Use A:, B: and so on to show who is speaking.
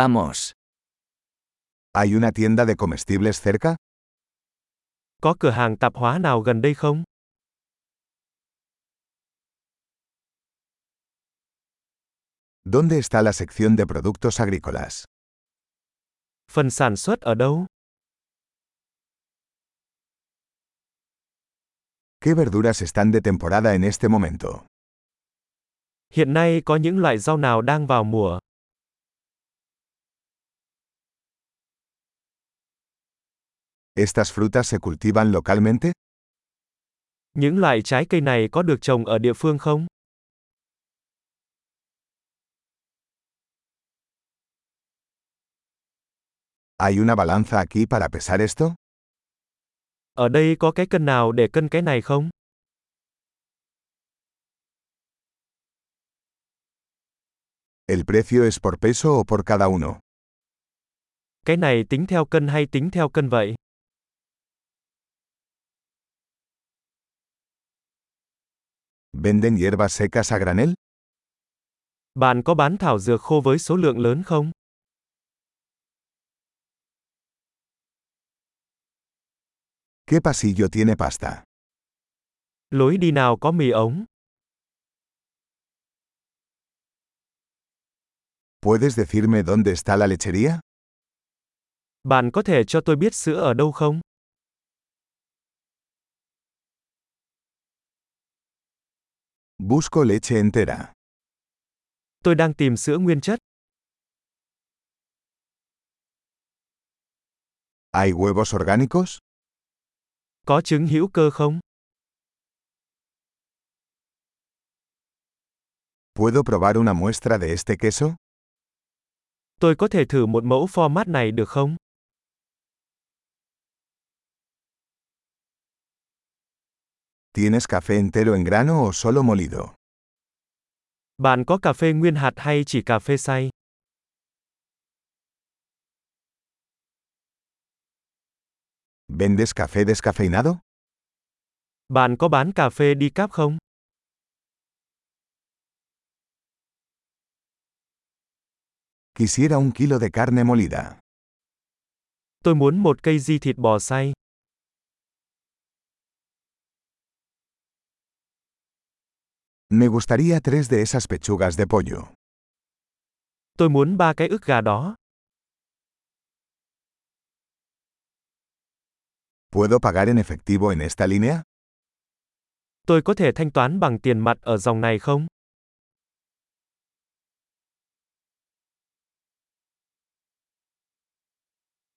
A: Vamos.
B: ¿Hay una tienda de comestibles cerca?
C: Có cửa hàng tạp hóa nào gần đây không?
B: ¿Dónde está la sección de productos agrícolas?
C: Phần sản xuất ở đâu?
B: ¿Qué verduras están de temporada en este momento?
C: Hiện nay có những loại rau nào đang vào mùa?
B: ¿Estas frutas se cultivan localmente?
C: Những loại trái cây này có được trồng ở địa phương không?
B: ¿Hay una balanza aquí para pesar esto?
C: Ở đây có cái cân nào để cân cái này không?
B: ¿El precio es por peso o por cada uno?
C: Cái này tính theo cân hay tính theo cân vậy?
B: ¿Venden hierbas secas a granel?
C: Bạn có bán thảo dược khô với số lượng lớn không?
B: ¿Qué pasillo tiene pasta?
C: Lối đi nào có mì ống?
B: ¿Puedes decirme dónde está la lechería?
C: Bạn có thể cho tôi biết sữa ở đâu không?
B: Busco leche entera.
C: Tôi đang tìm sữa nguyên chất.
B: ¿Hay huevos orgánicos?
C: Có trứng hữu cơ không?
B: ¿Puedo probar una muestra de este queso?
C: Tôi có thể thử một mẫu format này được không?
B: ¿Tienes café entero en grano o solo molido?
C: Bạn có cà phê nguyên hạt hay chỉ cà phê xay?
B: ¿Vendes café descafeinado?
C: Bạn có bán cà phê đi cáp không?
B: Quisiera un kilo de carne molida.
C: Tôi muốn một cây di thịt bò xay.
B: Me gustaría tres de esas pechugas de pollo.
C: Tôi muốn ba cái ức gà đó.
B: ¿Puedo pagar en efectivo en esta línea?
C: Tôi có thể thanh toán bằng tiền mặt ở dòng này không?